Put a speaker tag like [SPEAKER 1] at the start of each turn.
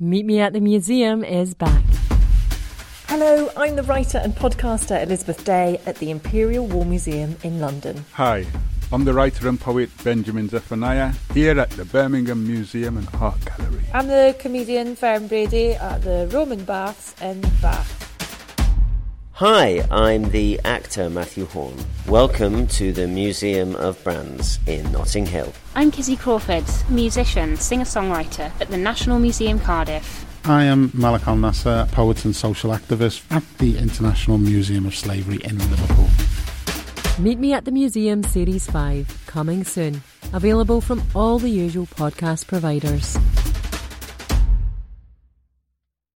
[SPEAKER 1] Meet Me at the Museum is back.
[SPEAKER 2] Hello, I'm the writer and podcaster Elizabeth Day at the Imperial War Museum in London.
[SPEAKER 3] Hi, I'm the writer and poet Benjamin Zephaniah here at the Birmingham Museum and Art Gallery.
[SPEAKER 4] I'm the comedian Fern Brady at the Roman Baths in Bath.
[SPEAKER 5] Hi, I'm the actor Matthew Horn. Welcome to the Museum of Brands in Notting Hill.
[SPEAKER 6] I'm Kizzy Crawford, musician, singer songwriter at the National Museum Cardiff.
[SPEAKER 7] I am Malik Al Nasser, poet and social activist at the International Museum of Slavery in Liverpool.
[SPEAKER 1] Meet Me at the Museum Series 5, coming soon. Available from all the usual podcast providers.